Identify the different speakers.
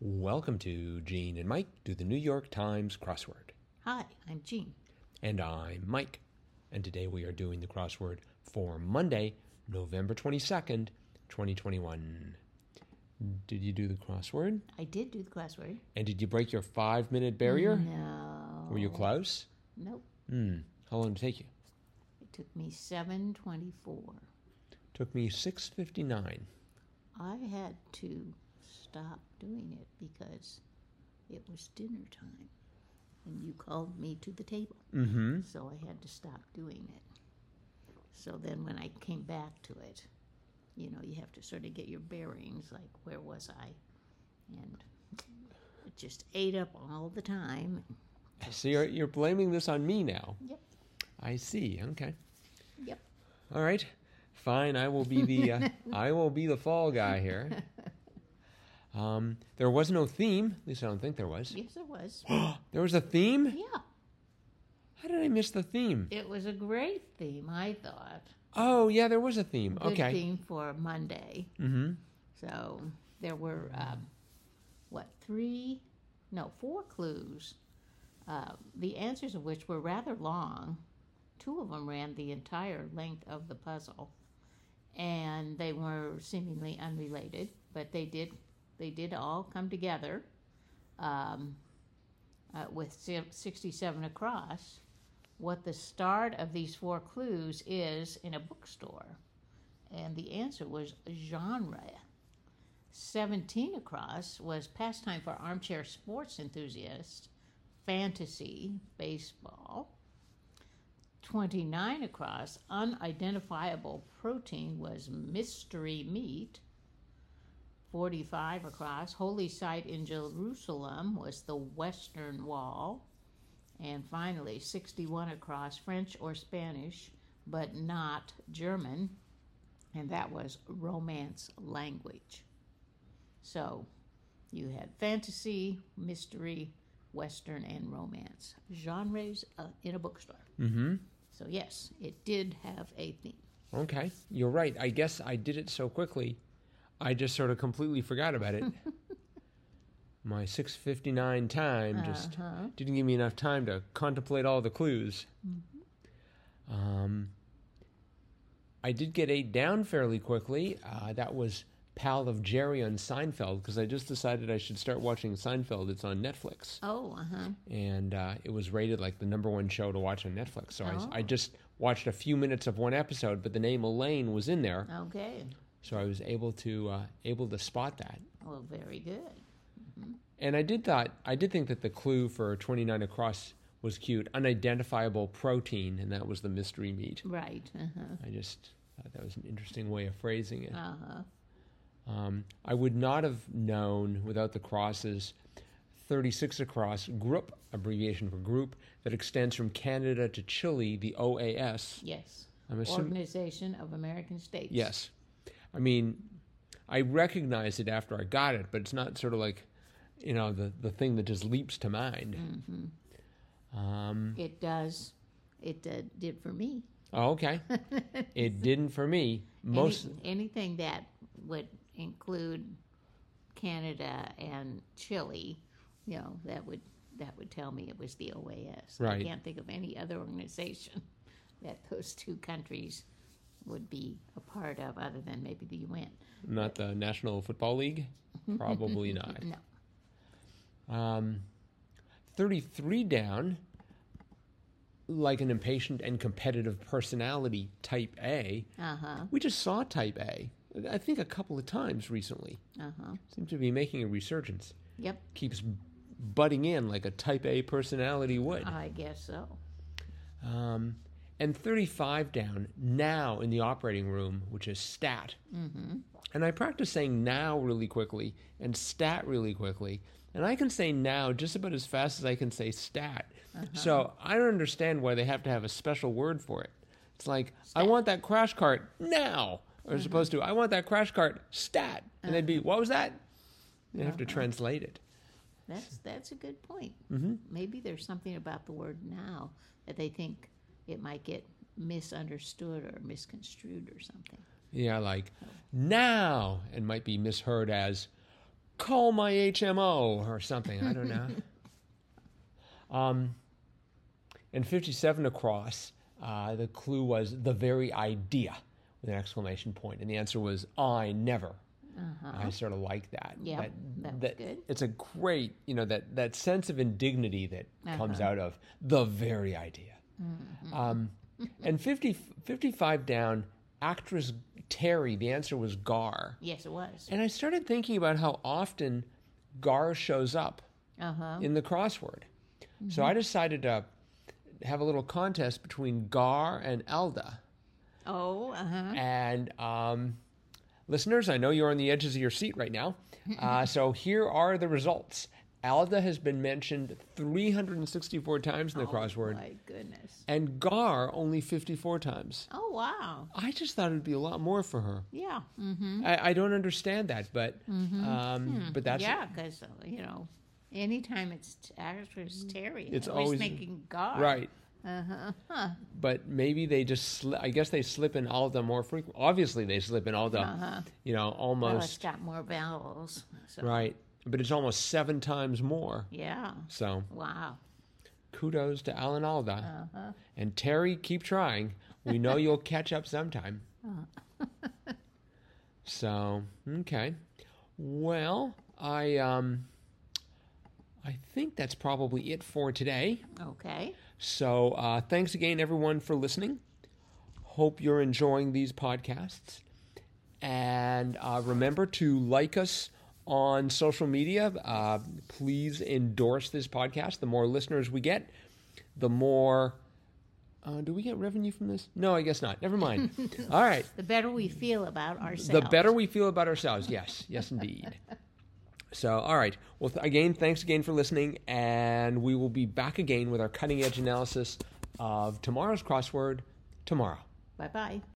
Speaker 1: Welcome to Gene and Mike do the New York Times crossword.
Speaker 2: Hi, I'm Jean.
Speaker 1: And I'm Mike. And today we are doing the crossword for Monday, November 22nd, 2021. Did you do the crossword?
Speaker 2: I did do the crossword.
Speaker 1: And did you break your five minute barrier?
Speaker 2: No.
Speaker 1: Were you close?
Speaker 2: Nope.
Speaker 1: Hmm. How long did it take you?
Speaker 2: It took me 724.
Speaker 1: Took me 6.59.
Speaker 2: I had to stop doing it because it was dinner time and you called me to the table.
Speaker 1: Mm-hmm.
Speaker 2: So I had to stop doing it. So then when I came back to it, you know, you have to sort of get your bearings like, where was I? And it just ate up all the time.
Speaker 1: So you're, you're blaming this on me now.
Speaker 2: Yep,
Speaker 1: I see. Okay.
Speaker 2: yep.
Speaker 1: All right, fine. I will be the uh, I will be the fall guy here. Um, there was no theme. At least I don't think there was.
Speaker 2: Yes, it was.
Speaker 1: There was a theme.
Speaker 2: yeah.
Speaker 1: How did I miss the theme?
Speaker 2: It was a great theme, I thought.
Speaker 1: Oh yeah, there was a theme.
Speaker 2: Good
Speaker 1: okay.
Speaker 2: theme for Monday.
Speaker 1: Mm-hmm.
Speaker 2: So there were um, what three? No, four clues. Uh, the answers of which were rather long. Two of them ran the entire length of the puzzle, and they were seemingly unrelated, but they did they did all come together um, uh, with si- 67 across. What the start of these four clues is in a bookstore. And the answer was genre. 17 across was pastime for armchair sports enthusiasts, fantasy, baseball. 29 across, unidentifiable protein was mystery meat. 45 across, holy site in Jerusalem was the Western Wall. And finally, 61 across, French or Spanish, but not German. And that was romance language. So you had fantasy, mystery, western, and romance genres uh, in a bookstore.
Speaker 1: Mm-hmm.
Speaker 2: So, yes, it did have a theme.
Speaker 1: Okay. You're right. I guess I did it so quickly, I just sort of completely forgot about it. My 6:59 time just
Speaker 2: Uh-huh.
Speaker 1: didn't give me enough time to contemplate all the clues. Um, I did get eight down fairly quickly. Uh, that was Pal of Jerry on Seinfeld because I just decided I should start watching Seinfeld. It's on Netflix,
Speaker 2: Oh, uh huh.
Speaker 1: and uh, it was rated like the number one show to watch on Netflix. So I s I I,
Speaker 2: Oh.
Speaker 1: just watched a few minutes of one episode, but the name Elaine was in there,
Speaker 2: Okay.
Speaker 1: so I was able to uh, able to spot that.
Speaker 2: Well, very good.
Speaker 1: And I did thought I did think that the clue for 29 across was cute, unidentifiable protein, and that was the mystery meat.
Speaker 2: Right. Uh
Speaker 1: I just thought that was an interesting way of phrasing it.
Speaker 2: huh. Uh huh.
Speaker 1: Um, I would not have known without the crosses. 36 across group abbreviation for group that extends from Canada to Chile, the OAS.
Speaker 2: Yes.
Speaker 1: I'm assuming
Speaker 2: Organization of American States.
Speaker 1: yes. I mean, I recognized it after I got it, but it's not sort of like, you know, the the thing that just leaps to mind.
Speaker 2: hmm
Speaker 1: Um,
Speaker 2: It does. It uh, did for me.
Speaker 1: oh, okay. it didn't for me. Most
Speaker 2: Any, anything that would include Canada and Chile, you know, that would that would tell me it was the OAS.
Speaker 1: Right.
Speaker 2: I can't think of any other organization that those two countries would be a part of, other than maybe the UN.
Speaker 1: not the National Football League, probably not.
Speaker 2: No.
Speaker 1: Um, 33 down, like an impatient and competitive personality, type A.
Speaker 2: Uh huh.
Speaker 1: We just saw type A, I think a couple of times recently.
Speaker 2: Uh huh.
Speaker 1: Seems to be making a resurgence.
Speaker 2: Yep.
Speaker 1: Keeps butting in like a type A personality would.
Speaker 2: I guess so.
Speaker 1: Um, and 35 down, now in the operating room, which is stat.
Speaker 2: Mm-hmm.
Speaker 1: And I practice saying now really quickly and stat really quickly. And I can say now just about as fast as I can say stat.
Speaker 2: Uh-huh.
Speaker 1: So I don't understand why they have to have a special word for it. It's like, I
Speaker 2: Stat. Uh-huh.
Speaker 1: want that crash cart now, or as opposed to, I want that crash cart stat. And they'd be, what was that? You have to
Speaker 2: Uh-huh.
Speaker 1: translate it.
Speaker 2: That's that's a good point. Mm-hmm. Maybe there's something about the word now that they think it might get misunderstood or misconstrued or something.
Speaker 1: Yeah, like now, and might be misheard as call my HMO or something. I don't know. um, and 57 across, uh, the clue was the very idea with an exclamation point. And the answer was, I never. I sort of like that.
Speaker 2: Uh-huh. Yeah, that was
Speaker 1: that-
Speaker 2: good.
Speaker 1: It's a great, you know, that, that sense of indignity that comes out of the very idea. Um, and 50, 55 down, actress Terry, the answer was Gar.
Speaker 2: Yes, it was.
Speaker 1: And I started thinking about how often Gar shows up
Speaker 2: Uh huh.
Speaker 1: in the crossword. So I decided to have a little contest between Gar and Elda.
Speaker 2: Oh, uh huh.
Speaker 1: And um, listeners, I know you're on the edges of your seat right now. Uh, so here are the results. Alda has been mentioned 364 times in
Speaker 2: Oh,
Speaker 1: the crossword,
Speaker 2: My goodness.
Speaker 1: and Gar only 54 times.
Speaker 2: Oh wow.
Speaker 1: I just thought it would be a lot more for her.
Speaker 2: Yeah. Mm-hmm. Hmm.
Speaker 1: I, I don't understand that, but um, but that's
Speaker 2: yeah, because you know, anytime it's t- actress Terry,
Speaker 1: Mm. It's
Speaker 2: always,
Speaker 1: always-
Speaker 2: thinking God.
Speaker 1: right.
Speaker 2: Uh-huh.
Speaker 1: But maybe they just, sli- I guess they slip in Alda more frequent. Obviously, they slip in Alda, you know,
Speaker 2: Uh-huh. Well, it's
Speaker 1: almost,
Speaker 2: got more vowels. So,
Speaker 1: right. But it's almost seven times more.
Speaker 2: Yeah.
Speaker 1: So
Speaker 2: Wow.
Speaker 1: kudos to Alan Alda. And Terry, keep trying. We know you'll catch up sometime. so, okay. Well, I um I think that's probably it for today.
Speaker 2: Okay.
Speaker 1: So, uh, thanks again, everyone, for listening. Hope you're enjoying these podcasts. And uh, remember to like us on social media. Uh, please endorse this podcast. The more listeners we get, the more. Uh, do we get revenue from this? No, I guess not. Never mind. All right.
Speaker 2: The better we feel about ourselves,
Speaker 1: The better we feel about ourselves. Yes. Yes, indeed. So, all right. Well, th- again, thanks again for listening. And we will be back again with our cutting edge analysis of tomorrow's crossword tomorrow.
Speaker 2: Bye bye.